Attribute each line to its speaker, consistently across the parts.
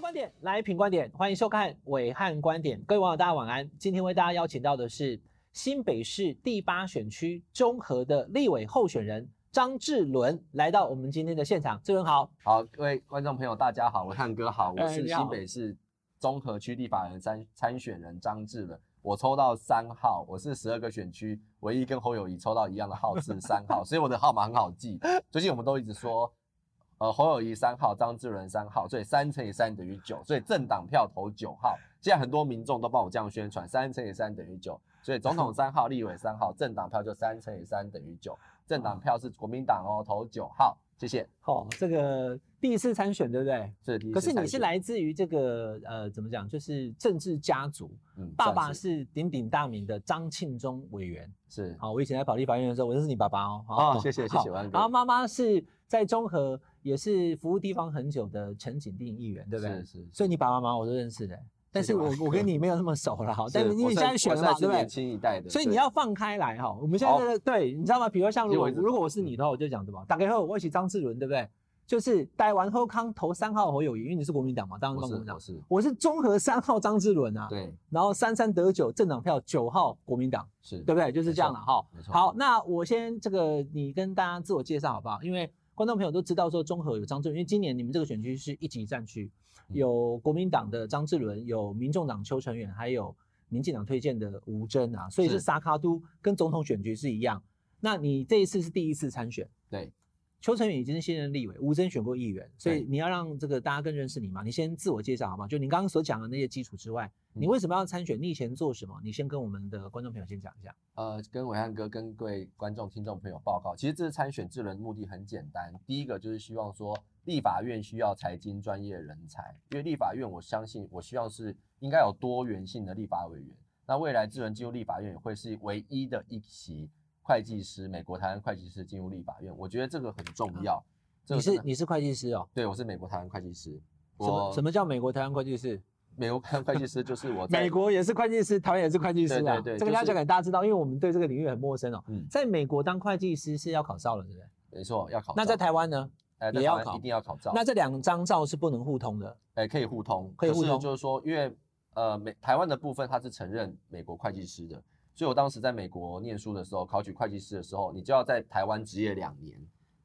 Speaker 1: 观点来品观点，欢迎收看伟汉观点。各位网友，大家晚安。今天为大家邀请到的是新北市第八选区中和的立委候选人张志伦，来到我们今天的现场。志伦好，
Speaker 2: 好，各位观众朋友，大家好，我汉哥好，我
Speaker 1: 哎
Speaker 2: 是
Speaker 1: 你好
Speaker 2: 新北市综合区立法院参参选人张志伦，我抽到三号，我是十二个选区唯一跟侯友谊抽到一样的号是三号，所以我的号码很好记。最近我们都一直说，呃，侯友谊三号，张志伦三号，所以三乘以三等于九，所以政党票投九号。现在很多民众都帮我这样宣传，三乘以三等于九，所以总统三号，立委三号，政党票就三乘以三等于九，政党票是国民党哦，投九号，谢谢。
Speaker 1: 哦，这个第一次参选对不对？
Speaker 2: 这是第一
Speaker 1: 可
Speaker 2: 次
Speaker 1: 是你
Speaker 2: 参
Speaker 1: 是
Speaker 2: 选
Speaker 1: 来自于这个呃，怎么讲，就是政治家族，
Speaker 2: 嗯
Speaker 1: 爸
Speaker 2: 算
Speaker 1: 爸
Speaker 2: 是
Speaker 1: 是鼎鼎大名的张庆忠委员。
Speaker 2: 是
Speaker 1: 好，我以前在保利法院的时候，我认识你爸爸哦。
Speaker 2: 哦谢谢谢谢
Speaker 1: 好
Speaker 2: 万哥
Speaker 1: 然后妈妈是在中和，也是服务地方很久的陈景定议员，对不对？
Speaker 2: 是是，
Speaker 1: 所以你爸爸妈妈我都认识的，但是我
Speaker 2: 万哥
Speaker 1: 我跟你没有那么熟 了哈。但是
Speaker 2: 是
Speaker 1: 因
Speaker 2: 我
Speaker 1: 为现
Speaker 2: 算
Speaker 1: 在选
Speaker 2: 我
Speaker 1: 了
Speaker 2: 算
Speaker 1: 嘛，
Speaker 2: 是
Speaker 1: 对不
Speaker 2: 年
Speaker 1: 对？
Speaker 2: 轻一代的，
Speaker 1: 所以
Speaker 2: 对
Speaker 1: 你要放开来哈。我们现在
Speaker 2: 好
Speaker 1: 这个对，你知道吗？比如像如
Speaker 2: 其实
Speaker 1: 果
Speaker 2: 我一直
Speaker 1: 如果我是你的话，我就讲什么？打开后我一起张志伦，对不对？就是台完后康投三号侯友谊，因为你是国民党嘛，当然
Speaker 2: 我
Speaker 1: 帮
Speaker 2: 是
Speaker 1: 国民党
Speaker 2: 我。是
Speaker 1: 我是中和三号张志伦啊，
Speaker 2: 对
Speaker 1: 然后三三得九政党票九号国民党，
Speaker 2: 是
Speaker 1: 对不对？就是这样了哈。
Speaker 2: 没错
Speaker 1: 好，那我先这个你跟大家自我介绍好不好？因为观众朋友都知道说中和有张志伦，因为今年你们这个选区是一级战区，
Speaker 2: 嗯
Speaker 1: 有国民党的张志伦，有民众党邱成远，还有民进党推荐的吴征啊，所以是
Speaker 2: 是
Speaker 1: 萨卡都跟总统选举是一样。那你这一次是第一次参选，
Speaker 2: 对
Speaker 1: 邱成远已经是现任立委，吴征选过议员，所以
Speaker 2: 对
Speaker 1: 你要让这个大家更认识你嘛，你先自我介绍好吗？就你刚刚所讲的那些基础之外，
Speaker 2: 嗯
Speaker 1: 你为什么要参选？你以前做什么？你先跟我们的观众朋友先讲一下。
Speaker 2: 呃，跟伟汉哥跟各位观众听众朋友报告，其实这次参选智人目的很简单，第一个就是希望说立法院需要财经专业人才，因为立法院我相信我希望是应该有多元性的立法委员，那未来智人进入立法院也会是唯一的一席会计师，美国台湾会计师进入立法院，我觉得这个很重要。这
Speaker 1: 嗯
Speaker 2: 个
Speaker 1: 你
Speaker 2: 真
Speaker 1: 是
Speaker 2: 的
Speaker 1: 你是会计师哦？
Speaker 2: 对，我是美国台湾会计师。
Speaker 1: 什么
Speaker 2: 我
Speaker 1: 什么叫美国台湾会计师？
Speaker 2: 美国台湾会计师就是 我在
Speaker 1: 美国也是会计师，台湾也是会计师啊。
Speaker 2: 对对对
Speaker 1: 这个要
Speaker 2: 就是
Speaker 1: 讲给大家知道，因为我们对这个领域很陌生哦。
Speaker 2: 嗯
Speaker 1: 在美国当会计师是要考照了，对不对？
Speaker 2: 没错要考照。
Speaker 1: 那在台湾呢？
Speaker 2: 呃在
Speaker 1: 也
Speaker 2: 台
Speaker 1: 要
Speaker 2: 湾
Speaker 1: 考
Speaker 2: 一定要考照。
Speaker 1: 那这两张照是不能互通的。
Speaker 2: 哎可以互通，
Speaker 1: 可以互
Speaker 2: 是
Speaker 1: 通
Speaker 2: 就是说，因为呃美台湾的部分它是承认美国会计师的，所以我当时在美国念书的时候，考取会计师的时候，你就要在台湾职业两年，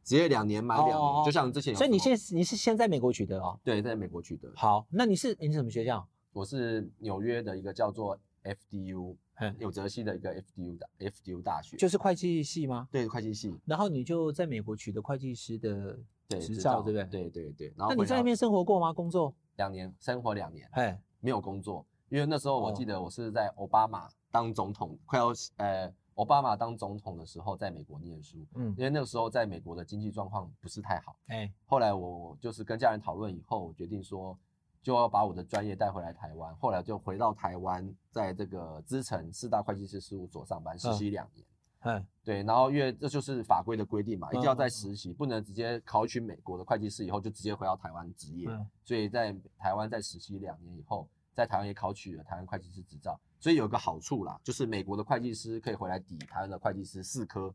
Speaker 2: 职业两年满两年，
Speaker 1: 哦
Speaker 2: 就像之前有
Speaker 1: 所以
Speaker 2: 什
Speaker 1: 你
Speaker 2: 么
Speaker 1: 现你是先在美国取得哦。
Speaker 2: 对在美国取得，
Speaker 1: 好，那你是你是什么学校？
Speaker 2: 我是纽约的一个叫做 FDU
Speaker 1: 嗯，
Speaker 2: 纽泽西的一个 FDU 大 FDU 大学，
Speaker 1: 就是会计系吗？
Speaker 2: 对会计系。
Speaker 1: 然后你就在美国取得会计师的
Speaker 2: 对
Speaker 1: 执照，对不对？。
Speaker 2: 对对对，然后
Speaker 1: 那你
Speaker 2: 回
Speaker 1: 在
Speaker 2: 到
Speaker 1: 那边生活过吗？工作？
Speaker 2: 两年生活两年，
Speaker 1: 哎，
Speaker 2: 没有工作，因为那时候我
Speaker 1: 哦
Speaker 2: 记得我是在奥巴马当总统，快要呃奥巴马当总统的时候，在美国念书，
Speaker 1: 嗯，
Speaker 2: 因为那个时候在美国的经济状况不是太好。
Speaker 1: 哎，
Speaker 2: 后来我就是跟家人讨论以后，我决定说就要把我的专业带回来台湾，后来就回到台湾，在这个资诚四大会计师事务所上班实习两年。
Speaker 1: 哎，
Speaker 2: 对，然后因为这就是法规的规定嘛，一定要
Speaker 1: 嗯
Speaker 2: 在
Speaker 1: 嗯
Speaker 2: 实习，不能直接考取美国的会计师以后就直接回到台湾职业。
Speaker 1: 嗯
Speaker 2: 所以在台湾在实习两年以后，在台湾也考取了台湾会计师执照。所以有个好处啦，就是美国的会计师可以回来抵台湾的会计师四科，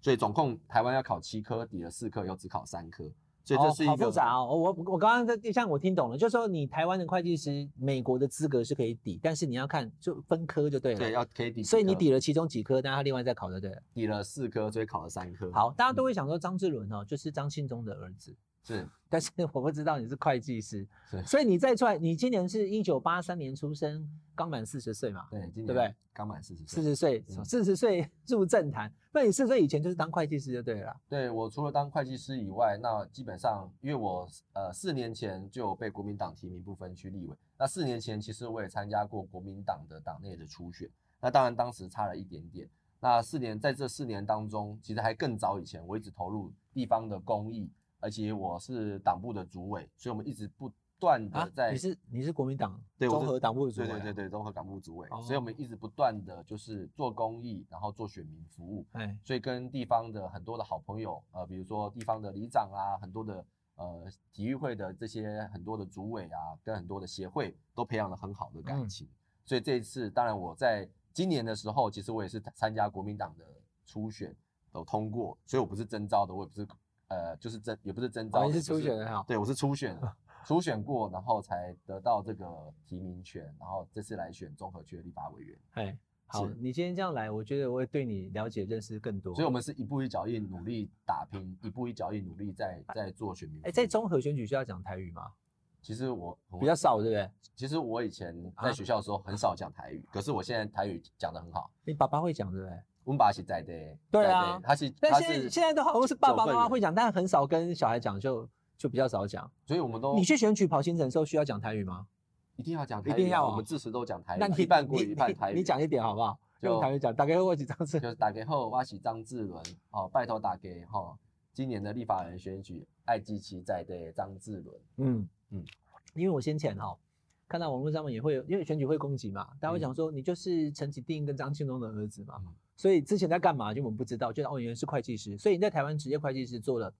Speaker 2: 所以总共台湾要考七科，抵了四科以后只考三科，所以这
Speaker 1: 哦
Speaker 2: 是一个、
Speaker 1: 好复杂哦。我我刚刚在像我听懂了，就是说你台湾的会计师，美国的资格是可以抵，但是你要看就分科就对了。
Speaker 2: 对，要可以抵几科，
Speaker 1: 所以你抵了其中几科，但他另外再考就对了。
Speaker 2: 抵了四科，所以考了三科。
Speaker 1: 好，大家都会
Speaker 2: 嗯
Speaker 1: 想说张志伦哦，就是张庆忠的儿子，
Speaker 2: 是
Speaker 1: 但 是我不知道你是会计师，
Speaker 2: 是，
Speaker 1: 所以你再出来，你今年是一九八三年出生，刚满四十岁嘛？
Speaker 2: 对，今年
Speaker 1: 对不对？
Speaker 2: 刚满四十岁
Speaker 1: 四。十岁，
Speaker 2: 嗯
Speaker 1: 四十岁 入政坛，那你四十岁以前就是当会计师就对了啦。
Speaker 2: 对我除了当会计师以外，那基本上因为我呃四年前就有被国民党提名不分区立委，那四年前其实我也参加过国民党的党内的初选，那当然当时差了一点点。那四年在这四年当中，其实还更早以前，我一直投入地方的公益，而且我是党部的主委，所以我们一直不断的
Speaker 1: 啊
Speaker 2: 在、，
Speaker 1: 你是你是国民党
Speaker 2: 对我
Speaker 1: 综
Speaker 2: 是
Speaker 1: 合党部的主
Speaker 2: 对
Speaker 1: 委啊，
Speaker 2: 对对对综合港部主委，
Speaker 1: 哦
Speaker 2: 所以我们一直不断的就是做公益，然后做选民服务。
Speaker 1: 哎，
Speaker 2: 所以跟地方的很多的好朋友，呃，比如说地方的里长啊，很多的呃体育会的这些很多的主委啊，跟很多的协会都培养了很好的
Speaker 1: 嗯
Speaker 2: 感情。所以这一次，当然我在今年的时候，其实我也是参加国民党的初选，有通过，所以我不是征召的，我也不是呃就是征也不是征
Speaker 1: 我
Speaker 2: 召，
Speaker 1: 们哦
Speaker 2: 也
Speaker 1: 是
Speaker 2: 不
Speaker 1: 初选的哈。
Speaker 2: 对，我是初选的，初选过，然后才得到这个提名权，然后这次来选综合区的立法委员。
Speaker 1: 哎，好，
Speaker 2: 是
Speaker 1: 你今天这样来，我觉得我会对你了解认识更多。
Speaker 2: 所以，我们是一步一脚印努力打拼，一步一脚印努力在在做选民服务。
Speaker 1: 哎，在综合选举需要讲台语吗？
Speaker 2: 其实我很
Speaker 1: 比较少，对不对？
Speaker 2: 其实我以前
Speaker 1: 啊
Speaker 2: 在学校的时候很少讲台语，可是我现在台语讲得很好。
Speaker 1: 你爸爸会讲，对不对？
Speaker 2: 我们把是在的，
Speaker 1: 对啊
Speaker 2: 在地他是
Speaker 1: 但
Speaker 2: 他
Speaker 1: 现在
Speaker 2: 是
Speaker 1: 现在都好像是爸爸妈妈
Speaker 2: 九份
Speaker 1: 会
Speaker 2: 人，
Speaker 1: 讲，但很少跟小孩讲，就就比较少讲。
Speaker 2: 所以我们都
Speaker 1: 你去选举跑行程的时候需要讲台语吗？
Speaker 2: 一定要讲
Speaker 1: 一
Speaker 2: 台语啊，
Speaker 1: 定要啊
Speaker 2: 我们至始都讲台语
Speaker 1: 那
Speaker 2: 啊，
Speaker 1: 你
Speaker 2: 一半国
Speaker 1: 你
Speaker 2: 语一半
Speaker 1: 你
Speaker 2: 台语。
Speaker 1: 你讲一点好不好？
Speaker 2: 就
Speaker 1: 用台语讲，大概我几张是
Speaker 2: 就是打给后，我是张志伦，哦，拜托打给哈、哦，今年的立法人选举，爱基奇在的张志伦，
Speaker 1: 嗯嗯
Speaker 2: 嗯，
Speaker 1: 因为我先前哈、看到网络上面也会有，因为选举会攻击嘛，大家会讲说你就是陈启定跟张庆忠的儿子嘛，
Speaker 2: 嗯
Speaker 1: 所以之前在干嘛就我们不知道，就哦原来是会计师，所以你在台湾职业会计师做了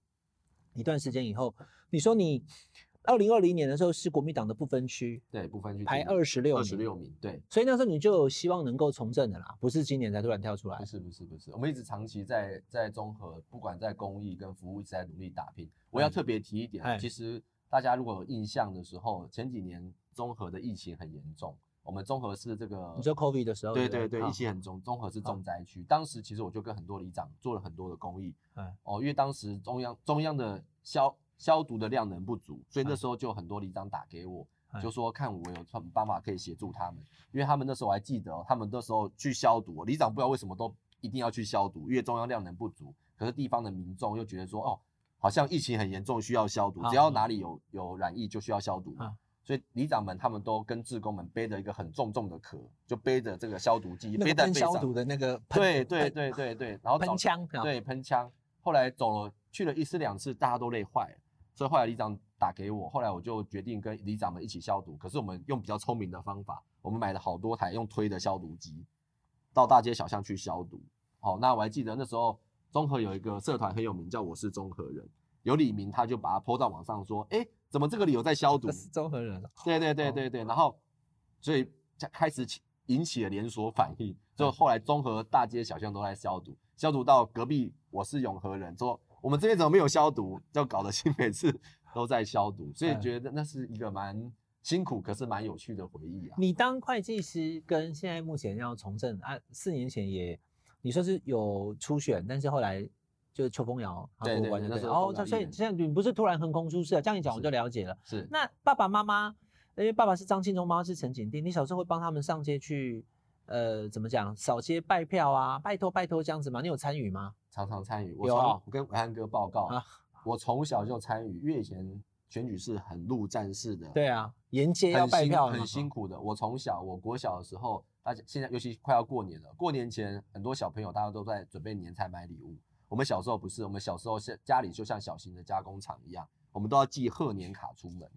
Speaker 1: 一段时间以后，你说你二零二零年的时候是国民党的不分区
Speaker 2: 对，不分区
Speaker 1: 排
Speaker 2: 第
Speaker 1: 二十六
Speaker 2: 二嗯十六名，对，
Speaker 1: 所以那时候你就有希望能够从政的啦，不是今年才突然跳出来
Speaker 2: 不。是不是不是，我们一直长期在在综合，不管在公益跟服务一直在努力打拼。我要
Speaker 1: 哎
Speaker 2: 特别提一
Speaker 1: 哎
Speaker 2: 点，其实大家如果有印象的时候，前几年综合的疫情很严重，我们综合是这个
Speaker 1: 你说 COVID 的时候，
Speaker 2: 对
Speaker 1: 对啊不
Speaker 2: 对对，
Speaker 1: 好
Speaker 2: 疫情很重，综合
Speaker 1: 嗯
Speaker 2: 是重灾区。当时其实我就跟很多里长做了很多的公益
Speaker 1: 哎，
Speaker 2: 哦，因为当时中央中央的消消毒的量能不足，所以
Speaker 1: 哎
Speaker 2: 那时候就很多里长打给我
Speaker 1: 哎，
Speaker 2: 就说看我有什么办法可以协助他们，因为他们那时候我还记得、哦，他们那时候去消毒、哦，里长不知道为什么都一定要去消毒，因为中央量能不足，可是地方的民众又觉得说哦。好像疫情很严重，需要消毒
Speaker 1: 啊，
Speaker 2: 只要哪里有有染疫就需要消毒嘛
Speaker 1: 啊
Speaker 2: 所以里长们他们都跟志工们背着一个很重重的壳，就背着这个消毒剂，
Speaker 1: 那
Speaker 2: 背
Speaker 1: 个
Speaker 2: 在
Speaker 1: 喷
Speaker 2: 背
Speaker 1: 消毒
Speaker 2: 上。
Speaker 1: 的那个喷
Speaker 2: 对对对对对，然后
Speaker 1: 喷
Speaker 2: 找
Speaker 1: 枪，啊
Speaker 2: 对喷枪。后来走了去了一次两次，大家都累坏了，所以后来里长打给我，后来我就决定跟里长们一起消毒。可是我们用比较聪明的方法，我们买了好多台用推的消毒机，到大街小巷去消毒。好、那我还记得那时候综合有一个社团很有名，叫我是综合人，有李明他就把它泼到网上说，哎，怎么这个里有在消毒
Speaker 1: 这？是综合人啊，
Speaker 2: 对对对
Speaker 1: 哦
Speaker 2: 对对，然后所以才开始起引起了连锁反应，就后来综合大街小巷都在消毒，消毒到隔壁我是永和人，说我们这边怎么没有消毒，就搞得新北市 都在消毒，所以
Speaker 1: 嗯
Speaker 2: 觉得那是一个蛮辛苦，可是蛮有趣的回忆啊。
Speaker 1: 你当会计师跟现在目前要从政啊，四年前也你说是有初选，但是后来就是邱风瑶他
Speaker 2: 对
Speaker 1: 过
Speaker 2: 对
Speaker 1: 关
Speaker 2: 对
Speaker 1: 就
Speaker 2: 那
Speaker 1: 对
Speaker 2: 时
Speaker 1: 了。
Speaker 2: 候
Speaker 1: 哦，这
Speaker 2: 邱风瑶
Speaker 1: 所以
Speaker 2: 一人
Speaker 1: 现在你不是突然横空出世啊？这样一讲我
Speaker 2: 是
Speaker 1: 就了解了。
Speaker 2: 是，
Speaker 1: 那爸爸妈妈，因为爸爸是张庆忠，妈妈是陈景定，你小时候会帮他们上街去，呃，怎么讲，扫街拜票啊，拜托拜托这样子吗？你有参与吗？
Speaker 2: 常常参与。我
Speaker 1: 有
Speaker 2: 从
Speaker 1: 啊
Speaker 2: 我跟伟汉哥报告
Speaker 1: 啊，
Speaker 2: 我从小就参与，因为以前选举是很陆战式的，
Speaker 1: 对啊，沿街要
Speaker 2: 很
Speaker 1: 拜
Speaker 2: 辛
Speaker 1: 票
Speaker 2: 很辛
Speaker 1: 苦。
Speaker 2: 苦的。我从小，我国小的时候，大家现在尤其快要过年了，过年前很多小朋友大家都在准备年菜买礼物。我们小时候不是，我们小时候是家里就像小型的加工厂一样，我们都要寄贺年卡出门。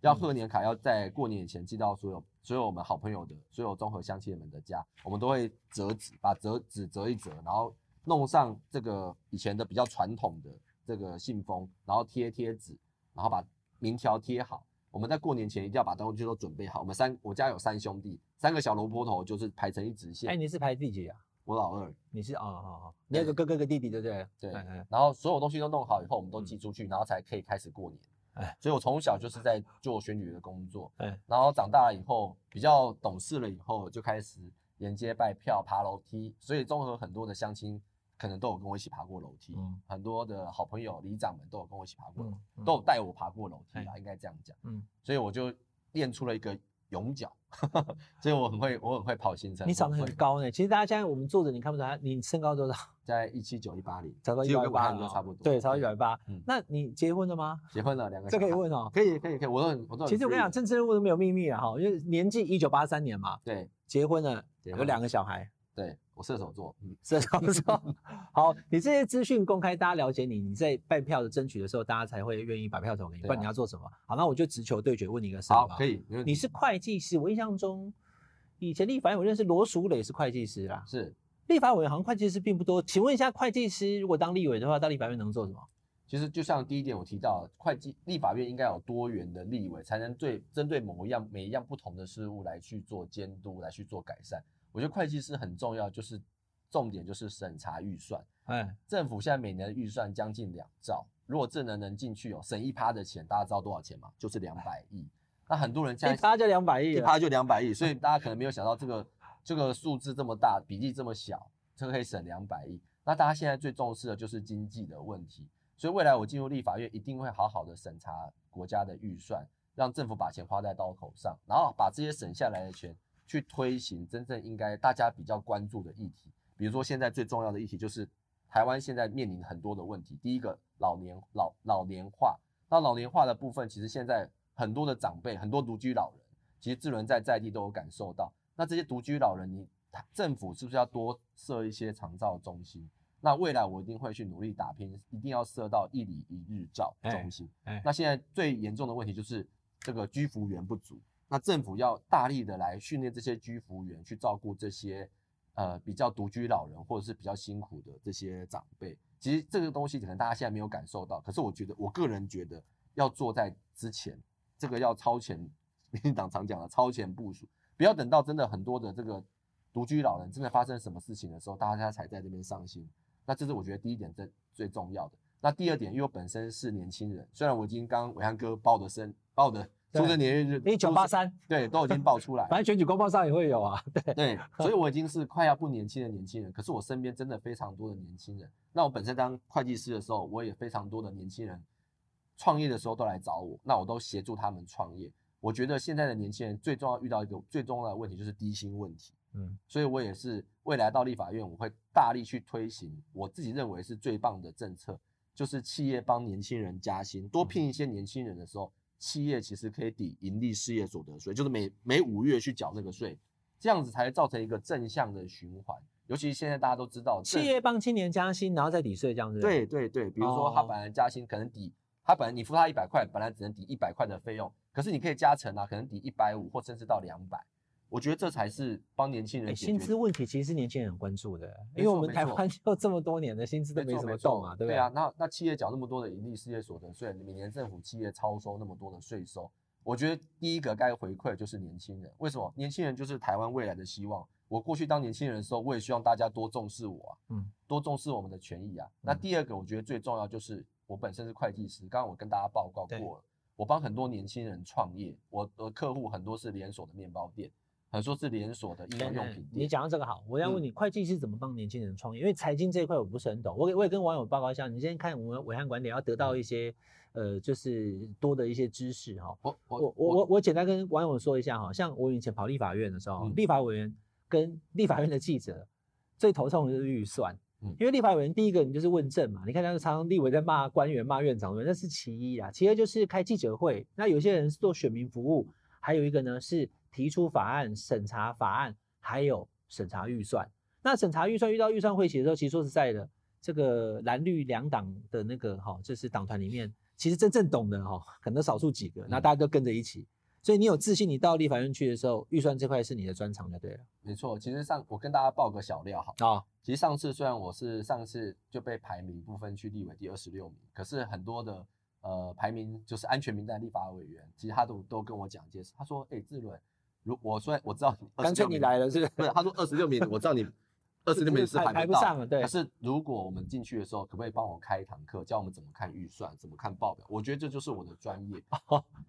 Speaker 2: 要贺年卡要在过年前寄到所有所有我们好朋友的所有综合乡亲们的家，我们都会折纸，把折纸折一折，然后弄上这个以前的比较传统的这个信封，然后贴贴纸，然后把名条贴好。我们在过年前一定要把东西都准备好。我们三，我家有三兄弟，三个小萝卜头就是排成一直线。
Speaker 1: 哎，你是排第几啊？
Speaker 2: 我老二，
Speaker 1: 你是哦哦哦，你有个哥哥跟弟弟，对不对？
Speaker 2: 对
Speaker 1: 哎哎
Speaker 2: 然后所有东西都弄好以后，我们都寄出去，然后才可以开始过年。
Speaker 1: 嗯哎
Speaker 2: 所以我从小就是在做选举的工作，
Speaker 1: 哎
Speaker 2: 然后长大了以后比较懂事了以后，就开始沿街拜票、爬楼梯。所以综合很多的乡亲，可能都有跟我一起爬过楼梯，
Speaker 1: 嗯
Speaker 2: 很多的好朋友、里长们都有跟我一起爬过，
Speaker 1: 嗯，嗯
Speaker 2: 都有带我爬过楼梯啦，应该这样讲。
Speaker 1: 嗯。
Speaker 2: 所以我就练出了一个勇脚，所以我很会，我很会跑行程。
Speaker 1: 你长得
Speaker 2: 我
Speaker 1: 很
Speaker 2: 会，
Speaker 1: 高呢、其实大家现在我们坐着，你看不出来，你身高多少？
Speaker 2: 在一七九一八零，
Speaker 1: 长到
Speaker 2: 其
Speaker 1: 一
Speaker 2: 实
Speaker 1: 百
Speaker 2: 跟我
Speaker 1: 八
Speaker 2: 汉哥差不多。
Speaker 1: 对，超一百八
Speaker 2: 嗯。
Speaker 1: 那你结婚了吗？
Speaker 2: 结婚了两个，
Speaker 1: 这可以，问哦、
Speaker 2: 可以可以可以，我都很我都很。
Speaker 1: 其实我跟你讲，，政治人物都没有秘密啊，哈，因为年纪一九八三年嘛，
Speaker 2: 对
Speaker 1: 结婚了，
Speaker 2: 结
Speaker 1: 有
Speaker 2: 婚
Speaker 1: 两个小孩，
Speaker 2: 对，我射手座，嗯，
Speaker 1: 是这样 说。好，你这些资讯公开，大家了解你，你在办票的争取的时候，大家才会愿意把票投给你，
Speaker 2: 对啊
Speaker 1: 不然你要做什么？好，那我就直球对决问你一个事，
Speaker 2: 好，
Speaker 1: 不
Speaker 2: 可。以，没问题
Speaker 1: 你是会计师，我印象中以前立法院我认识罗淑蕾是会计师啦，
Speaker 2: 是。
Speaker 1: 立法委员好像会计师并不多。请问一下，会计师如果当立委的话，到立法院能做什么？
Speaker 2: 其实就像第一点我提到，会计立法院应该有多元的立委，才能对针对某一样每一样不同的事物来去做监督，来去做改善。我觉得会计师很重要，就是重点就是审查预算。
Speaker 1: 哎，
Speaker 2: 政府现在每年的预算将近两兆，如果智能能进去哦，省一趴的钱，大家知道多少钱吗？就是两百亿。那很多人现
Speaker 1: 一
Speaker 2: 在
Speaker 1: 趴就两百亿啊
Speaker 2: 一
Speaker 1: 了，嗯
Speaker 2: 趴就两百亿，所以大家可能没有想到这个这个数字这么大，比例这么小，这个可以省两百亿。那大家现在最重视的就是经济的问题，所以未来我进入立法院一定会好好的审查国家的预算，让政府把钱花在刀口上，然后把这些省下来的钱去推行真正应该大家比较关注的议题，比如说现在最重要的议题就是台湾现在面临很多的问题，第一个老年老老年化，那老年化的部分其实现在很多的长辈，很多独居老人。其实智伦在在地都有感受到。那这些独居老人，你他政府是不是要多设一些长照中心？那未来我一定会去努力打拼，一定要设到一里一日照中心。
Speaker 1: 哎哎
Speaker 2: 那现在最严重的问题就是这个居服员不足，那政府要大力的来训练这些居服员去照顾这些呃比较独居老人或者是比较辛苦的这些长辈。其实这个东西可能大家现在没有感受到，可是我觉得我个人觉得要做在之前，这个要超前，民进党常讲的超前部署，不要等到真的很多的这个独居老人真的发生什么事情的时候，大家才在这边上心。那这是我觉得第一点最最重要的。那第二点，因为我本身是年轻人，虽然我已经刚伟汉哥报的生报的
Speaker 1: 对
Speaker 2: 出生年月日，
Speaker 1: 一九八三，
Speaker 2: 对，都已经报 出来了
Speaker 1: 反正选举公报上也会有啊。
Speaker 2: 对，所以我已经是快要不年轻的年轻人，可是我身边真的非常多的年轻人。那我本身当会计师的时候，我也非常多的年轻人创业的时候都来找我，那我都协助他们创业。我觉得现在的年轻人最重要遇到一个最重要的问题就是低薪问题，
Speaker 1: 嗯，
Speaker 2: 所以我也是未来到立法院，我会大力去推行我自己认为是最棒的政策，就是企业帮年轻人加薪，多聘一些年轻人的时候，企业其实可以抵盈利事业所得税，就是每每五月去缴那个税，这样子才会造成一个正向的循环。尤其现在大家都知道，
Speaker 1: 企业帮青年加薪，然后再抵税，这样子。
Speaker 2: 对对对，比如说他
Speaker 1: 哦
Speaker 2: 本来加薪可能抵，他本来你付他一百块，本来只能抵一百块的费用，可是你可以加成啊，可能抵一百五或甚至到两百。我觉得这才是帮年轻
Speaker 1: 哎、
Speaker 2: 人解决
Speaker 1: 薪资问题其实是年轻人很关注的，
Speaker 2: 没
Speaker 1: 因为
Speaker 2: 错
Speaker 1: 我们
Speaker 2: 没
Speaker 1: 台
Speaker 2: 错
Speaker 1: 湾就这么多年的薪资都没
Speaker 2: 错
Speaker 1: 什么
Speaker 2: 错
Speaker 1: 动啊，对不
Speaker 2: 对啊，那那企业缴那么多的盈利事业所得税，每年政府企业超收那么多的税收，我觉得第一个该回馈就是年轻人。为什么？年轻人就是台湾未来的希望。我过去当年轻人的时候，我也希望大家多重视我啊，
Speaker 1: 嗯，
Speaker 2: 多重视我们的权益啊。那第二个，我觉得最重要就是我本身是会计师，刚刚我跟大家报告
Speaker 1: 对
Speaker 2: 过了，我帮很多年轻人创业，我的客户很多是连锁的面包店，很多是连锁的婴
Speaker 1: 等
Speaker 2: 儿用
Speaker 1: 等
Speaker 2: 品
Speaker 1: 哎你
Speaker 2: 店。
Speaker 1: 讲到这个好，我要问你，会计是怎么帮年轻人创业？因为财经这一块我不是很懂，我给我也跟网友报告一下。你先看我们伟汉观点，要得到一些、呃，就是多的一些知识哈。
Speaker 2: 我
Speaker 1: 我我我我简单跟网友说一下哈，像我以前跑立法院的时候，
Speaker 2: 嗯
Speaker 1: 立法委员跟立法院的记者最头痛的就是预算，
Speaker 2: 嗯
Speaker 1: 因为立法委员第一个你就是问政嘛，你看他常常立委在骂官员、骂院长，那是其一啊，其二就是开记者会，那有些人是做选民服务，还有一个呢是提出法案、审查法案，还有审查预算。那审查预算遇到预算会期的时候，其实说实在的，这个蓝绿两党的那个哈、就是党团里面，其实真正懂的哈、可能少数几个，
Speaker 2: 嗯
Speaker 1: 那大家都跟着一起。所以你有自信，你到立法院去的时候，预算这块是你的专长就对了。
Speaker 2: 没错，其实上我跟大家报个小料好了。
Speaker 1: 哦，
Speaker 2: 其实上次虽然我是上次就被排名不分区立委第二十六名，可是很多的呃排名就是安全名单立法委员，其实他都都跟我讲解释，他说：“哎、志伦，如我虽然我知道你
Speaker 1: 干脆你
Speaker 2: 26名
Speaker 1: 来了哦是不是？
Speaker 2: 不是， 他说二十六名，我知 道你二十六名是
Speaker 1: 排
Speaker 2: 排
Speaker 1: 排
Speaker 2: 不
Speaker 1: 不
Speaker 2: 到
Speaker 1: 上了，对
Speaker 2: 可。是如果我们进去的时候，可不可以帮我开一堂课，教我们怎么看预算，怎么看报表？我觉得这就是我的专 业。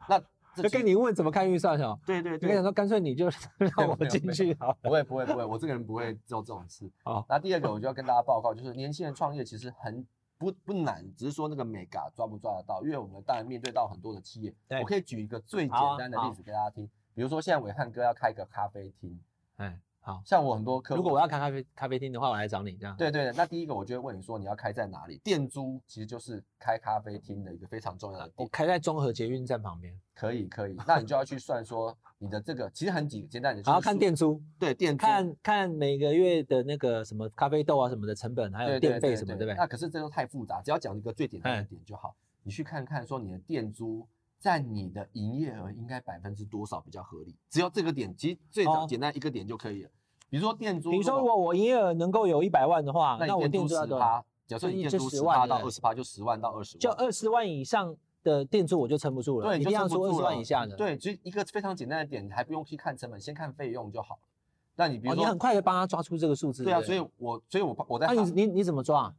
Speaker 2: 那这
Speaker 1: 就
Speaker 2: 其实
Speaker 1: 跟你问怎么看预算哦，
Speaker 2: 对对
Speaker 1: 你跟他说干脆你就 让我
Speaker 2: 没有
Speaker 1: 进去好了。
Speaker 2: 不会不会不会，我这个人不会做这种事。
Speaker 1: 嗯好
Speaker 2: 那第二个我就要跟大家报告，就是年轻人创业其实很不不难，只是说那个美嘎抓不抓得到，因为我们当然面对到很多的企业
Speaker 1: 对。
Speaker 2: 我可以举一个最简
Speaker 1: 好啊
Speaker 2: 单的
Speaker 1: 好
Speaker 2: 例子给大家听，比如说现在伟汉哥要开一个咖啡厅，
Speaker 1: 哎，好。
Speaker 2: 像我很多客户，
Speaker 1: 如果我要开咖啡咖啡厅的话，我来找你这样。，
Speaker 2: 对对对，那第一个我就会问你说你要开在哪里？店租其实就是开咖啡厅的一个非常重要的
Speaker 1: 我
Speaker 2: 点。
Speaker 1: 开在中和捷运站旁边，
Speaker 2: 可以可以，那你就要去算说你的这个其实很简简单的，
Speaker 1: 然后看店租，
Speaker 2: 对店租
Speaker 1: 看看每个月的那个什么咖啡豆啊什么的成本，还有
Speaker 2: 对
Speaker 1: 电
Speaker 2: 对
Speaker 1: 费
Speaker 2: 对
Speaker 1: 什么，
Speaker 2: 对
Speaker 1: 对不
Speaker 2: 那
Speaker 1: 对？
Speaker 2: 可是这都太复杂，只要讲一个最简单的
Speaker 1: 嗯
Speaker 2: 点就好。你去看看，说你的店租占你的营业额应该百分之多少比较合理？只要这个点，其实最
Speaker 1: 哦
Speaker 2: 早简单一个点就可以了。比如说店租，
Speaker 1: 比如说如果我营业额能够有一百万的话，
Speaker 2: 那
Speaker 1: 那我
Speaker 2: 你
Speaker 1: 店租
Speaker 2: 店租
Speaker 1: 要
Speaker 2: 十
Speaker 1: 多少？
Speaker 2: 趴，假设
Speaker 1: 所以
Speaker 2: 你
Speaker 1: 你
Speaker 2: 店
Speaker 1: 就
Speaker 2: 租十
Speaker 1: 10万
Speaker 2: 趴
Speaker 1: 对
Speaker 2: 到
Speaker 1: 不对
Speaker 2: 二十趴，就十万到二十万，
Speaker 1: 就二十万以上的店租我就撑不住了，
Speaker 2: 对，
Speaker 1: 一
Speaker 2: 你就
Speaker 1: 定要
Speaker 2: 撑
Speaker 1: 说
Speaker 2: 不
Speaker 1: 二
Speaker 2: 住
Speaker 1: 十万
Speaker 2: 了
Speaker 1: 以下的。，
Speaker 2: 对，就一个非常简单的点，你还不用去看成本，先看费用就好了。那你比
Speaker 1: 哦，
Speaker 2: 如
Speaker 1: 你
Speaker 2: 说，
Speaker 1: 很快的帮他抓出这个数字。
Speaker 2: 对啊，
Speaker 1: 不
Speaker 2: 所以我所以我我在
Speaker 1: 那
Speaker 2: 喊
Speaker 1: 你你你怎么抓啊？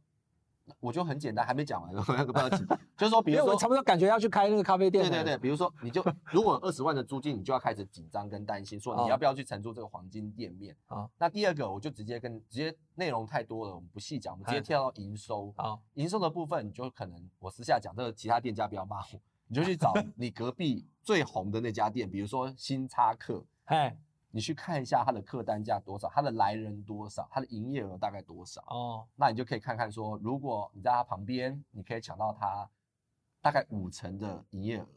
Speaker 2: 我就很简单，还没讲完，那个不要急， 就是说，比
Speaker 3: 因为
Speaker 2: 如
Speaker 3: 我
Speaker 2: 说
Speaker 3: 差不多感觉要去开那个咖啡店
Speaker 2: 对
Speaker 3: 了。
Speaker 2: 对对，比如说你 就如果二十万的租金，你就要开始紧张跟担心，说
Speaker 3: 哦
Speaker 2: 你要不要去承租这个黄金店面。
Speaker 3: 好
Speaker 2: 那第二个我就直接跟直接内容太多了，我们不细讲，我们直接
Speaker 3: 哎
Speaker 2: 跳到营收。
Speaker 3: 好，
Speaker 2: 营收的部分，你就可能我私下讲，这个其他店家不要骂我，你就 去找你隔壁最红的那家店，比如说新叉客，
Speaker 3: 哎，
Speaker 2: 你去看一下它的客单价多少，它的来人多少，它的营业额大概多少。
Speaker 3: 哦，
Speaker 2: 那你就可以看看说，如果你在它旁边，你可以抢到它大概五成的营业额，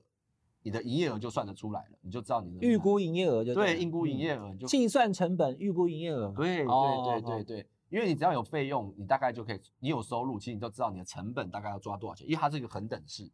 Speaker 2: 你的营业额就算得出来了，你就知道你的
Speaker 1: 预估营业额就
Speaker 2: 嗯对
Speaker 1: 了
Speaker 2: 预估营业
Speaker 1: 嗯
Speaker 2: 额你就
Speaker 1: 计算成本，预估营业额。
Speaker 2: 对
Speaker 3: 哦
Speaker 2: 对对对对，因为你只要有费用，你大概就可以，你有收入，其实你就知道你的成本大概要抓多少钱，因为它是一个恒等式，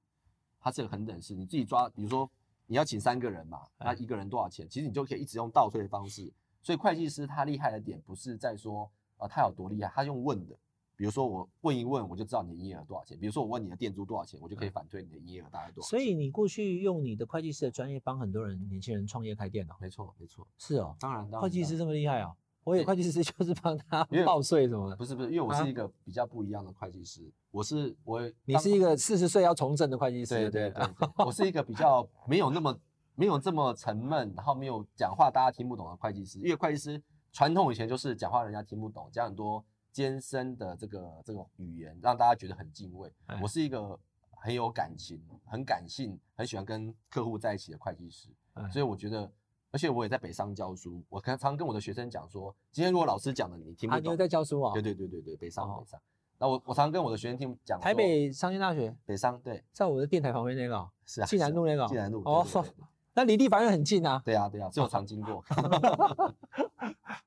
Speaker 2: 它是一个恒等式，你自己抓，比如说你要请三个人嘛，那
Speaker 3: 哎
Speaker 2: 一个人多少钱，其实你就可以一直用倒推的方式。所以会计师他厉害的点不是在说呃他有多厉害，他用问的，比如说我问一问，我就知道你的营业额多少钱，比如说我问你的店租多少钱，我就
Speaker 3: 嗯
Speaker 2: 可以反推你的营业额大概多少
Speaker 1: 所
Speaker 2: 钱。
Speaker 1: 以你过去用你的会计师的专业帮很多人年轻人创业开店哦，
Speaker 2: 没错没错，
Speaker 1: 是哦，
Speaker 2: 当然当然，
Speaker 1: 会计
Speaker 2: 当然
Speaker 1: 师这么厉害哦，我有
Speaker 2: 对
Speaker 1: 会计师就是帮他
Speaker 2: 因为
Speaker 1: 报税什么的。
Speaker 2: 不是不是，因为我
Speaker 1: 啊
Speaker 2: 是一个比较不一样的会计师，我是我
Speaker 3: 你
Speaker 2: 当
Speaker 3: 是一个四十岁要从政的会计
Speaker 2: 对
Speaker 3: 师，
Speaker 2: 对对，对我是一个比较没有那么没有这么沉闷，然后没有讲话大家听不懂的会计师，因为会计师传统以前就是讲话人家听不懂，讲很多艰深的这个这种语言，让大家觉得很敬畏
Speaker 1: 哎。
Speaker 2: 我是一个很有感情、很感性、很喜欢跟客户在一起的会计师
Speaker 1: 哎，
Speaker 2: 所以我觉得。而且我也在北商教书，我常常跟我的学生讲说，今天如果老师讲的你听
Speaker 3: 啊，
Speaker 2: 不
Speaker 3: 你又
Speaker 2: 懂，
Speaker 3: 在教书啊？
Speaker 2: 对对对对对，北商
Speaker 1: 哦
Speaker 2: 北商。那我我常跟我的学生听讲说，
Speaker 1: 台北商业大学
Speaker 2: 北商对
Speaker 1: 在我的电台旁边那个哦，
Speaker 2: 是啊，
Speaker 1: 济南
Speaker 2: 是啊
Speaker 1: 路那个哦
Speaker 2: 济南路
Speaker 1: 哦
Speaker 2: 对对 对对
Speaker 3: 那离地法院很近啊。
Speaker 2: 对啊，对啊，所以我常经过。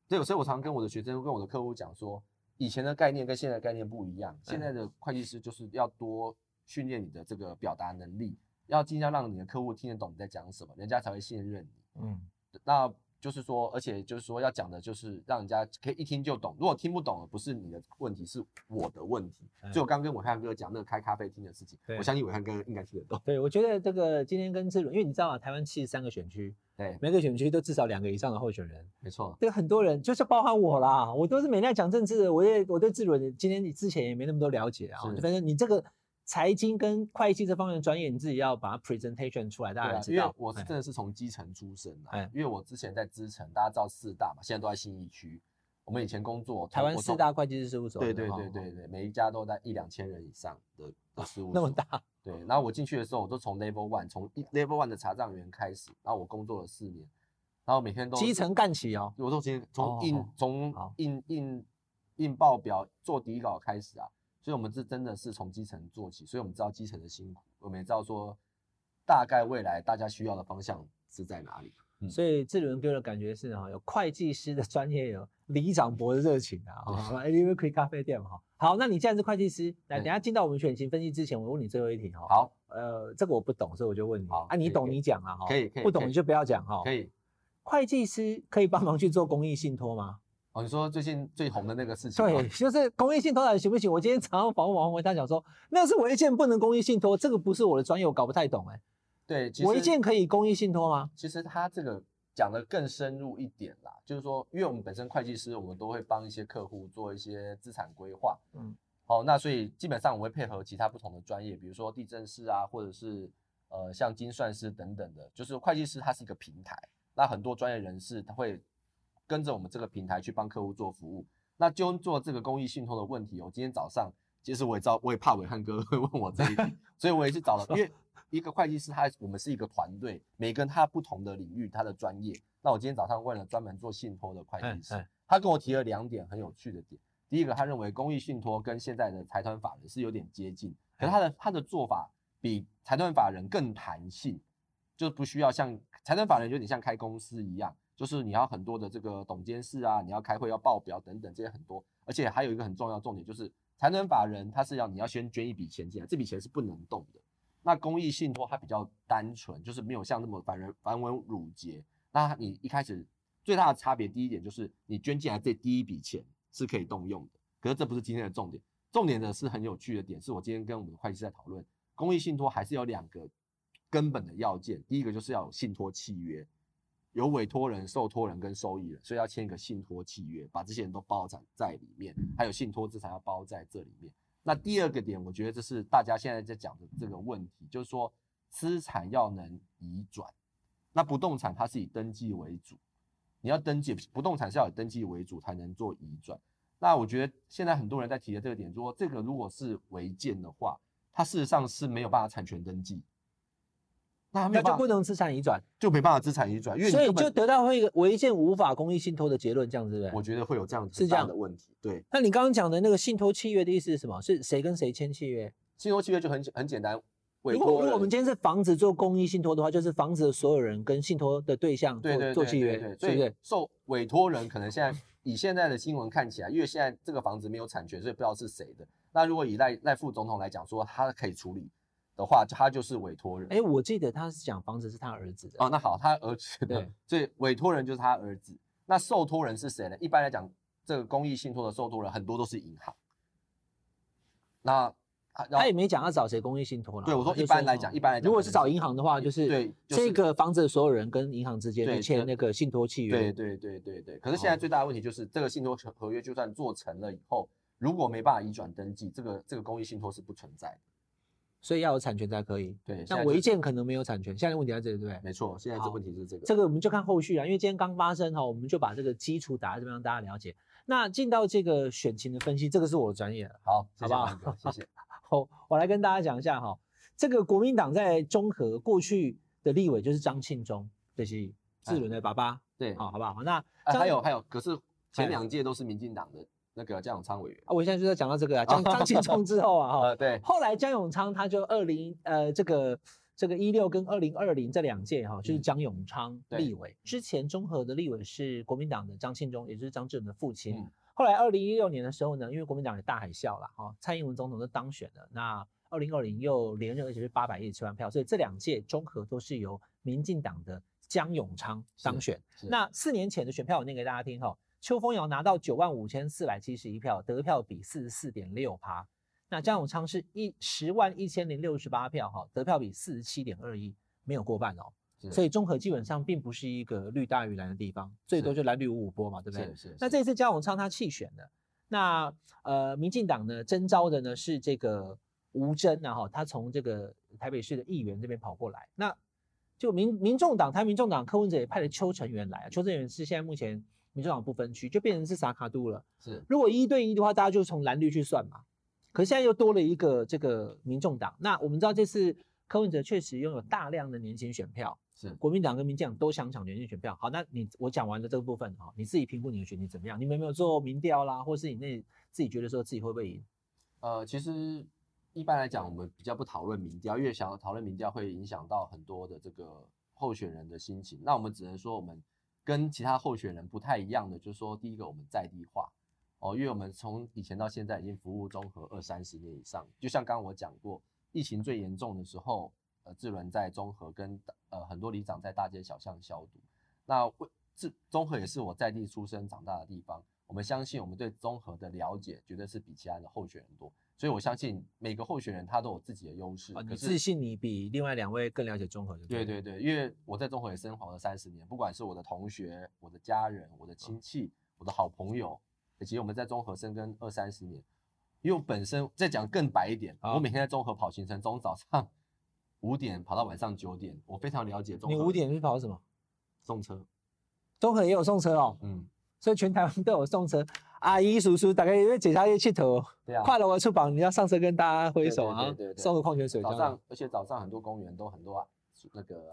Speaker 2: 对，所以我常跟我的学生、跟我的客户讲说，以前的概念跟现在的概念不一样。现在
Speaker 1: 嗯
Speaker 2: 的会计师就是要多训练你的这个表达能力，要尽量让你的客户听得懂你在讲什么，人家才会信任你。
Speaker 1: 嗯，
Speaker 2: 那就是说，而且就是说要讲的就是让人家可以一听就懂。如果听不懂了，不是你的问题，是我的问题。
Speaker 1: 嗯
Speaker 2: 所以我刚跟伟汉哥讲那个开咖啡厅的事情
Speaker 1: 对，
Speaker 2: 我相信伟汉哥应该听得懂。
Speaker 1: 对，我觉得这个今天跟志伦，因为你知道啊，台湾七十三个选区，
Speaker 2: 对，
Speaker 1: 每个选区都至少两个以上的候选人，
Speaker 2: 没错。
Speaker 1: 对很多人就是包含我啦，我都是每天在讲政治的，我也我对志伦今天你之前也没那么多了解啊，
Speaker 2: 是
Speaker 1: 反正你这个财经跟会计这方面的专业，你自己要把它 presentation 出来，大
Speaker 2: 对
Speaker 1: 家
Speaker 2: 啊
Speaker 1: 才，知
Speaker 2: 因
Speaker 1: 道。
Speaker 2: 为我是
Speaker 1: 哎
Speaker 2: 真的是从基层出身啊，
Speaker 1: 哎
Speaker 2: 因为我之前在资城，大家知道四大嘛，现在都在信义区。我们以前工作，
Speaker 1: 台湾
Speaker 2: 我
Speaker 1: 四
Speaker 2: 从
Speaker 1: 大，会计师事务所，
Speaker 2: 对对对
Speaker 1: 哦
Speaker 2: 对，对，每一家都在一两千人以上的的事务所，
Speaker 1: 那么大。
Speaker 2: 对，然后我进去的时候，我都从 Level One，从一 Level One 的查账员开始，然后我工作了四年，然后每天都
Speaker 1: 基层干起哦，
Speaker 2: 我都今天
Speaker 1: 哦
Speaker 2: 从印
Speaker 1: 好
Speaker 2: 从
Speaker 1: 好
Speaker 2: 印印印报表做底稿开始啊，所以我们是真的是从基层做起，所以我们知道基层的辛苦，我们也知道说大概未来大家需要的方向是在哪里。嗯
Speaker 1: 所以志伦给我的感觉是哈，有会计师的专业，有李长博的热情啊，
Speaker 2: 对
Speaker 1: 哦因为开咖啡店嘛。哈好，那你既然是会计师，来，
Speaker 2: 嗯
Speaker 1: 等一下进到我们选情分析之前，我问你最后一题哈。，
Speaker 2: 好，
Speaker 1: 呃，这个我不懂，所以我就问你
Speaker 2: 好
Speaker 1: 啊，你
Speaker 2: 可以
Speaker 1: 懂
Speaker 2: 可以
Speaker 1: 你讲啊，哈
Speaker 2: 可以可以
Speaker 1: 不
Speaker 2: 可
Speaker 1: 懂
Speaker 2: 以
Speaker 1: 你就不要讲哈。
Speaker 2: 可，以。
Speaker 1: 会计师可以帮忙去做公益信托吗？
Speaker 2: 哦，你说最近最红的那个事情吗，
Speaker 1: 对，就是公益信托到底行不行？我今天早上访问王文，他讲说那是违建，不能公益信托，这个不是我的专业，我搞不太懂哎。
Speaker 2: 对，其
Speaker 1: 违
Speaker 2: 实
Speaker 1: 建可以公益信托吗？
Speaker 2: 其实他这个讲的更深入一点啦，就是说，因为我们本身会计师，我们都会帮一些客户做一些资产规划，
Speaker 1: 嗯
Speaker 2: 嗯，好，那所以基本上我会配合其他不同的专业，比如说地震师啊，或者是呃像精算师等等的，就是会计师它是一个平台，那很多专业人士他会跟着我们这个平台去帮客户做服务。那就做这个公益信托的问题哦，我今天早上其实我也知道，我也怕伟汉哥 会问我这一题，所以我也去找了，因为一个会计师他我们是一个团队，每个人他不同的领域他的专业。那我今天早上问了专门做信托的会
Speaker 1: 嗯
Speaker 2: 计师
Speaker 1: 嗯，
Speaker 2: 他跟我提了两点很有趣的点。第一个，他认为公益信托跟现在的财团法人是有点接近，可是他的他的做法比财团法人更弹性，就不需要像财团法人有点像开公司一样，就是你要很多的这个董监事啊，你要开会要报表等等这些很多，而且还有一个很重要的重点就是财团法人他是要你要先捐一笔钱进来，这笔钱是不能动的。那公益信托它比较单纯，就是没有像那么繁文繁文缛节。那你一开始最大的差别，第一点就是你捐进来这第一笔钱是可以动用的，可是这不是今天的重点，重点的是很有趣的点，是我今天跟我们的会计师在讨论，公益信托还是有两个根本的要件，第一个就是要有信托契约，有委托人、受托人跟受益人，所以要签一个信托契约，把这些人都包在在里面，还有信托资产要包在这里面。那第二个点，我觉得这是大家现在在讲的这个问题，就是说资产要能移转。那不动产它是以登记为主，你要登记不动产是要以登记为主才能做移转。那我觉得现在很多人在提的这个点，说这个如果是违建的话，它事实上是没有办法产权登记，那它没
Speaker 1: 那
Speaker 2: 有
Speaker 1: 就
Speaker 2: 办
Speaker 1: 不
Speaker 2: 法
Speaker 1: 能资产移转，
Speaker 2: 就没办法资产移转，因为你
Speaker 1: 所以
Speaker 2: 根本
Speaker 1: 就得到会一个违建无法公益信托的结论，这样子对不
Speaker 2: 我
Speaker 1: 对？
Speaker 2: 觉得会有这样子
Speaker 1: 是这
Speaker 2: 大
Speaker 1: 样
Speaker 2: 的问题。对，
Speaker 1: 那你刚刚讲的那个信托契约的意思是什么？是谁跟谁签契约？
Speaker 2: 信托契约就很很简单，委
Speaker 1: 如果如
Speaker 2: 托
Speaker 1: 果我
Speaker 2: 人
Speaker 1: 们今天是房子做公益信托的话，就是房子的所有人跟信托的对象
Speaker 2: 对对
Speaker 1: 做做
Speaker 2: 对
Speaker 1: 契
Speaker 2: 对
Speaker 1: 约，
Speaker 2: 对
Speaker 1: 对不
Speaker 2: 所以
Speaker 1: 对？
Speaker 2: 受委托人可能现在以现在的新闻看起来，因为现在这个房子没有产权，所以不知道是谁的。那如果以赖赖副总统来讲说他可以处理的话，他就是委托人。
Speaker 1: 哎，我记得他是讲房子是他儿子的
Speaker 2: 哦，那好，他儿子的
Speaker 1: 对，
Speaker 2: 所以委托人就是他儿子。那受托人是谁呢？一般来讲，这个公益信托的受托人很多都是银行。那啊然
Speaker 1: 他
Speaker 2: 后
Speaker 1: 也没讲要找谁公益信托了。
Speaker 2: 对我说
Speaker 1: 就哦
Speaker 2: 一般来讲，一般来讲，
Speaker 1: 如果是找银行的话，就是
Speaker 2: 对就是
Speaker 1: 这个房子的所有人跟银行之间
Speaker 2: 对
Speaker 1: 就签
Speaker 2: 对
Speaker 1: 那个信托契约。
Speaker 2: 对对对对对。可是现在
Speaker 1: 哦
Speaker 2: 最大的问题就是，这个信托合合约就算做成了以后，如果没办法移转登记，这个这个公益信托是不存在的。
Speaker 1: 所以要有产权才可以。
Speaker 2: 对，现在
Speaker 1: 那
Speaker 2: 就
Speaker 1: 违建可能没有产权，现在问题在这里，对不对？
Speaker 2: 没错，现在这
Speaker 1: 好
Speaker 2: 问题是这个。
Speaker 1: 这个我们就看后续啊，因为今天刚发生哈，我们就把这个基础打在这边让大家了解。那进到这个选情的分析，这个是我的专业了。
Speaker 2: 好，谢
Speaker 1: 好
Speaker 2: 谢
Speaker 1: 不好
Speaker 2: 王哥，谢谢。
Speaker 1: 好，我来跟大家讲一下哈，这个国民党在中和过去的立委就是张庆忠，就是志伦的爸爸，
Speaker 2: 哎对，
Speaker 1: 好好不好？那
Speaker 2: 啊
Speaker 1: 张
Speaker 2: 还有还有，可是前
Speaker 1: 哎
Speaker 2: 两届都是民进党的那个江永昌委员。
Speaker 1: 啊，我现在就在讲到这个 啊，张张庆忠之后啊哈，
Speaker 2: 呃，对，
Speaker 1: 后来江永昌他就二零呃这个这个一六跟二零二零这两届哈、就是
Speaker 2: 嗯
Speaker 1: 江永昌
Speaker 2: 对
Speaker 1: 立委，之前中和的立委是国民党的张庆忠，也就是张志伦的父亲。
Speaker 2: 嗯
Speaker 1: 后来二零一六年的时候呢，因为国民党也大海啸了哈，蔡英文总统就当选了，那二零二零又连任，而且是八百一十七万票，所以这两届中和都是由民进党的江永昌当选。
Speaker 2: 是
Speaker 1: 那四年前的选票我念给大家听哈、邱风瑶拿到九万五千四百七十一票，得票比四十四点六趴。那江永昌是一十万一千零六十八票哈、得票比四十七点二一，没有过半哦。
Speaker 2: 是
Speaker 1: 所以中和基本上并不是一个绿大于蓝的地方，最多就蓝绿五五波嘛，对不对
Speaker 2: 是？是。
Speaker 1: 那
Speaker 2: 是
Speaker 1: 这次江永昌他弃选了，那呃，民进党呢征召的呢是这个吴征啊哈，他从这个台北市的议员这边跑过来，那就民民众党，他民众党柯文哲也派了邱成元来啊，邱成元是现在目前民众党不分区，就变成是萨卡都了。
Speaker 2: 是
Speaker 1: 如果一对一的话，大家就从蓝绿去算嘛。可是现在又多了一个这个民众党，那我们知道这次柯文哲确实拥有大量的年轻选票，
Speaker 2: 是，
Speaker 1: 国民党跟民进党都想抢年轻选票。好，那你我讲完了这个部分哈，你自己评估你的选情怎么样？你们有没有做民调啦，或是你那自己觉得说自己会不会赢？
Speaker 2: 呃，其实一般来讲，我们比较不讨论民调，因为想要讨论民调会影响到很多的这个候选人的心情。那我们只能说，我们跟其他候选人不太一样的，就是说，第一个我们在地化哦，因为我们从以前到现在已经服务综合二三十年以上，就像刚刚我讲过，疫情最严重的时候，呃，志伦在综合跟呃很多里长在大街小巷消毒。那为这综合也是我在地出生长大的地方，我们相信我们对综合的了解绝对是比其他的候选人多，所以我相信每个候选人他都有自己的优势。
Speaker 1: 啊，
Speaker 2: 可
Speaker 1: 你
Speaker 2: 是
Speaker 1: 自信你比另外两位更了解综合，
Speaker 2: 对
Speaker 1: 对
Speaker 2: 对对，因为我在中国也生活了三十年，不管是我的同学、我的家人、我的
Speaker 1: 嗯
Speaker 2: 亲戚、我的好朋友，以及我们在中和生根二三十年，因为我本身再讲更白一点，
Speaker 1: 好
Speaker 2: 我每天在中和跑行程，从早上五点跑到晚上九点，我非常了解中
Speaker 1: 你
Speaker 2: 和。
Speaker 1: 五点去跑什么？
Speaker 2: 送车，
Speaker 1: 综合也有送车哦，
Speaker 2: 嗯，
Speaker 1: 所以全台湾都有送车。阿姨、叔叔，大概因为解下一气头，
Speaker 2: 对啊，
Speaker 1: 跨了我的翅膀，你要上车跟大家挥手
Speaker 2: 对
Speaker 1: 啊
Speaker 2: 对对对，对
Speaker 1: 送个矿泉水这
Speaker 2: 早
Speaker 1: 样啊。
Speaker 2: 上，而且早上很多公园都很多啊那个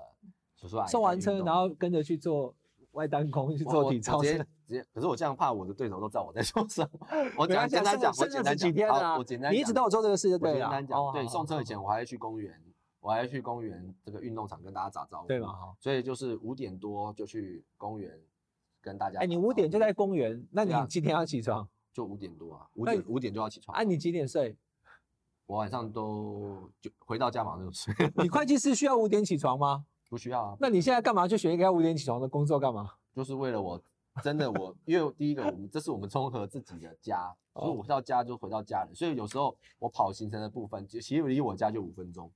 Speaker 2: 叔叔阿姨
Speaker 1: 送完
Speaker 2: 在运
Speaker 1: 车，
Speaker 2: 动
Speaker 1: 然后跟着去做外单工，去
Speaker 2: 我
Speaker 1: 做
Speaker 2: 我
Speaker 1: 体操
Speaker 2: 我直接
Speaker 1: 的。
Speaker 2: 直接，可是我这样怕我的对手都知道我在说什 么。我
Speaker 1: 没关
Speaker 2: 讲
Speaker 1: 系啊
Speaker 2: 简单讲，我
Speaker 1: 剩
Speaker 2: 简
Speaker 1: 剩十
Speaker 2: 单
Speaker 1: 几
Speaker 2: 讲，
Speaker 1: 天了啊
Speaker 2: 好，我简单讲，
Speaker 1: 你一直都有做这个事就
Speaker 2: 我
Speaker 1: 对
Speaker 2: 简
Speaker 1: 了啊。
Speaker 2: 单讲，对，
Speaker 1: 好
Speaker 2: 送车以。
Speaker 1: 好
Speaker 2: 前我还要去公园，我还要去公园这个运动场跟大家打招呼，
Speaker 1: 对嘛哈
Speaker 2: 所以就是五点多就去公园跟大家
Speaker 1: 好
Speaker 2: 打招呼。
Speaker 1: 哎，你五点就在公园，那你
Speaker 2: 对啊
Speaker 1: 几点要起床？
Speaker 2: 就五点多啊，五
Speaker 1: 那
Speaker 2: 点
Speaker 1: 你
Speaker 2: 五点就要起床
Speaker 1: 啊，你几点睡？
Speaker 2: 我晚上都就回到家马上就睡，
Speaker 1: 你会计师需要五点起床吗？
Speaker 2: 不需要啊，
Speaker 1: 那你现在干嘛去选一个要五点起床的工作干嘛？
Speaker 2: 就是为了我，真的我，因为第一个，我们这是我们综合自己的家，所以
Speaker 1: 哦
Speaker 2: 我回到家就回到家人，所以有时候我跑行程的部分，其其实离我家就五分钟，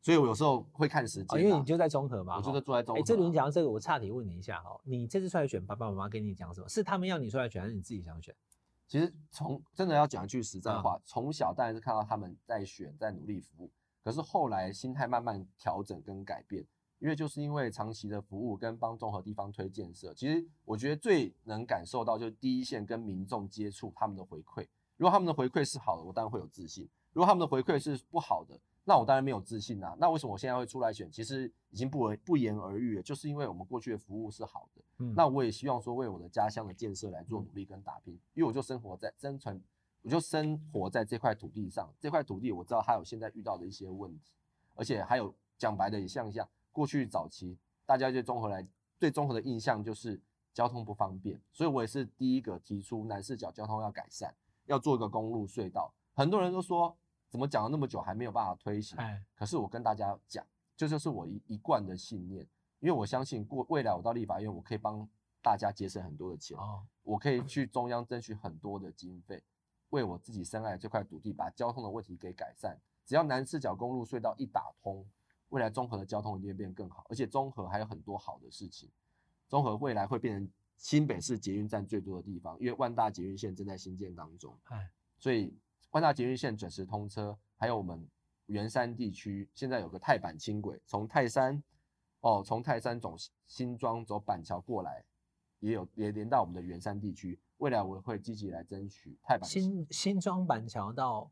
Speaker 2: 所以我有时候会看时
Speaker 1: 哦，
Speaker 2: 间、啊
Speaker 1: 因为你就在中和嘛。
Speaker 2: 我就
Speaker 1: 哈
Speaker 2: 是坐在中和啊。
Speaker 1: 哎，这轮讲到这个，我岔题问你一下哦，你这次出来选，爸爸妈妈跟你讲什么？是他们要你出来选，还是你自己想选？
Speaker 2: 其实从真的要讲一句实在话，从小当然是看到他们在选，在努力服务，可是后来心态慢慢调整跟改变，因为就是因为长期的服务跟帮综合地方推建设，其实我觉得最能感受到就是第一线跟民众接触他们的回馈，如果他们的回馈是好的，我当然会有自信；如果他们的回馈是不好的，那我当然没有自信啊。那为什么我现在会出来选？其实已经不而不言而喻了，就是因为我们过去的服务是好的。
Speaker 1: 嗯
Speaker 2: 那我也希望说为我的家乡的建设来做努力跟打拼，因为我就生活在生存，我就生活在这块土地上。这块土地我知道它有现在遇到的一些问题，而且还有讲白的也像一下，过去早期大家对综合来对综合的印象就是交通不方便，所以我也是第一个提出南四角交通要改善，要做一个公路隧道。很多人都说怎么讲了那么久还没有办法推行，
Speaker 1: 哎，
Speaker 2: 可是我跟大家讲，这就是我一一贯的信念，因为我相信过未来我到立法院，我可以帮大家节省很多的钱，
Speaker 1: 哦，
Speaker 2: 我可以去中央争取很多的经费，为我自己深爱这块土地，把交通的问题给改善。只要南四角公路隧道一打通，未来综合的交通一定会变更好，而且综合还有很多好的事情。综合未来会变成新北市捷运站最多的地方，因为万大捷运线正在新建当中。
Speaker 1: 哎，
Speaker 2: 所以万大捷运线准时通车，还有我们圆山地区现在有个泰板轻轨，从泰山哦，从泰山走新庄走板桥过来，也有也连到我们的圆山地区。未来我会积极来争取泰板
Speaker 1: 新新庄板桥到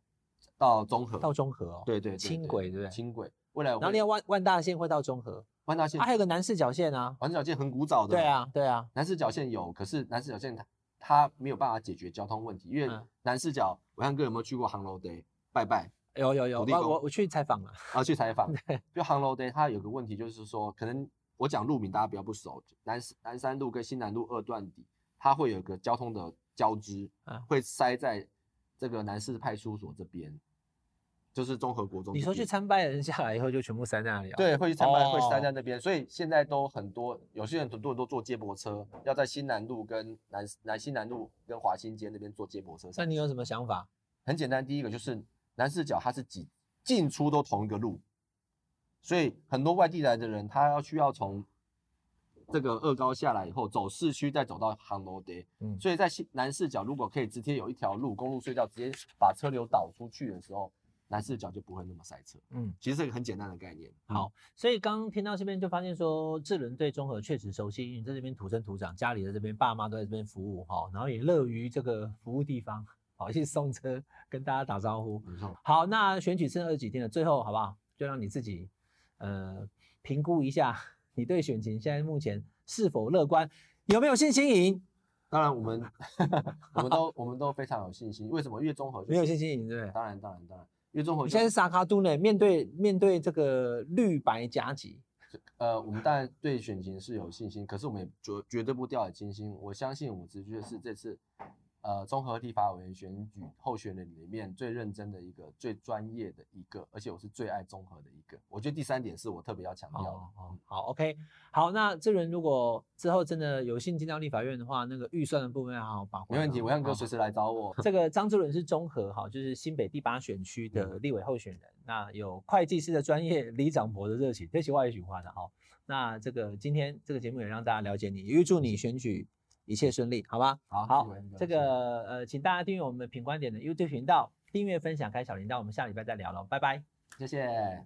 Speaker 2: 到中和，
Speaker 1: 到中和哦，
Speaker 2: 对对对对
Speaker 1: 轻轨对不对？
Speaker 2: 轻轨。未来我
Speaker 1: 然后另
Speaker 2: 会
Speaker 1: 外万万大线会到中和，
Speaker 2: 万大线
Speaker 1: 啊，还有个南四角线啊，
Speaker 2: 环角线很古早的，
Speaker 1: 对啊，对啊，
Speaker 2: 南四角线有，可是南四角线它它没有办法解决交通问题，因为
Speaker 1: 嗯
Speaker 2: 南四角，伟汉哥有没有去过航楼 day 拜拜？
Speaker 1: 有有有，
Speaker 2: 土地
Speaker 1: 我
Speaker 2: 公
Speaker 1: 我我去采访了，
Speaker 2: 啊，去采访。就航楼 day，它有个问题就是说，可能我讲路名大家比较不熟，南南山路跟新南路二段底，它会有个交通的交织，
Speaker 1: 啊
Speaker 2: 会塞在这个南市派出所这边，就是综合国中这
Speaker 1: 你
Speaker 2: 边。
Speaker 1: 说去参拜的人下来以后就全部塞那里啊？，
Speaker 2: 对，会去参拜，会塞
Speaker 1: 哦
Speaker 2: 在那边，所以现在都很多，有些人很多人都坐接驳车，要在新南路跟南南新南路跟华新街那边坐接驳车上去。
Speaker 1: 那你有什么想法？
Speaker 2: 很简单，第一个就是南四角它是几进出都同一个路，所以很多外地来的人他要需要从这个二高下来以后走市区，再走到杭楼街。
Speaker 1: 嗯
Speaker 2: 所以在西南四角如果可以直接有一条路公路隧道直接把车流导出去的时候，南四角就不会那么塞车。
Speaker 1: 嗯，
Speaker 2: 其实这个很简单的概念。
Speaker 1: 好，所以刚刚听到这边就发现说，志伦对中和确实熟悉，因为你在这边土生土长，家里在这边，爸妈都在这边服务哈、然后也乐于这个服务地方，跑去送车跟大家打招呼。
Speaker 2: 嗯，没错。
Speaker 1: 好，那选举剩二十几天了，最后好不好？就让你自己呃评估一下，你对选情现在目前是否乐观，有没有信心赢？
Speaker 2: 当然 我们我们都我们都非常有信心，为什么？因为综合就是
Speaker 1: 没有信心赢，对不对？
Speaker 2: 当然当然当然，因为综合
Speaker 1: 你
Speaker 2: 就
Speaker 1: 现在是萨卡都呢，面对面对这个绿白夹击，
Speaker 2: 呃，我们当然对选情是有信心，可是我们也绝绝对不掉以轻心。我相信我直觉是这次，呃，综合立法委员选举候选人里面最认真的一个、最专业的一个，而且我是最爱综合的一个。我觉得第三点是我特别要强调的。
Speaker 1: 哦哦，好，OK，好，那这轮如果之后真的有幸进到立法院的话，那个预算的部分要好好把握。
Speaker 2: 没问题，伟汉哥随
Speaker 1: 时。
Speaker 2: 时来 找我。
Speaker 1: 这个张志伦是综合哈，就是新北第八选区的
Speaker 2: 嗯
Speaker 1: 立委候选人，那有会计师的专业，李长博的热情，这是外循环的哈。那这个今天这个节目也让大家了解你，也预祝你选举一切顺利，好吧？
Speaker 2: 好
Speaker 1: 好
Speaker 2: 谢谢伟汉哥
Speaker 1: 这
Speaker 2: 谢谢
Speaker 1: 个呃，请大家订阅我们的品观点的 YouTube 频道，订阅、分享、开小铃铛，我们下礼拜再聊了，拜拜。
Speaker 2: 谢谢。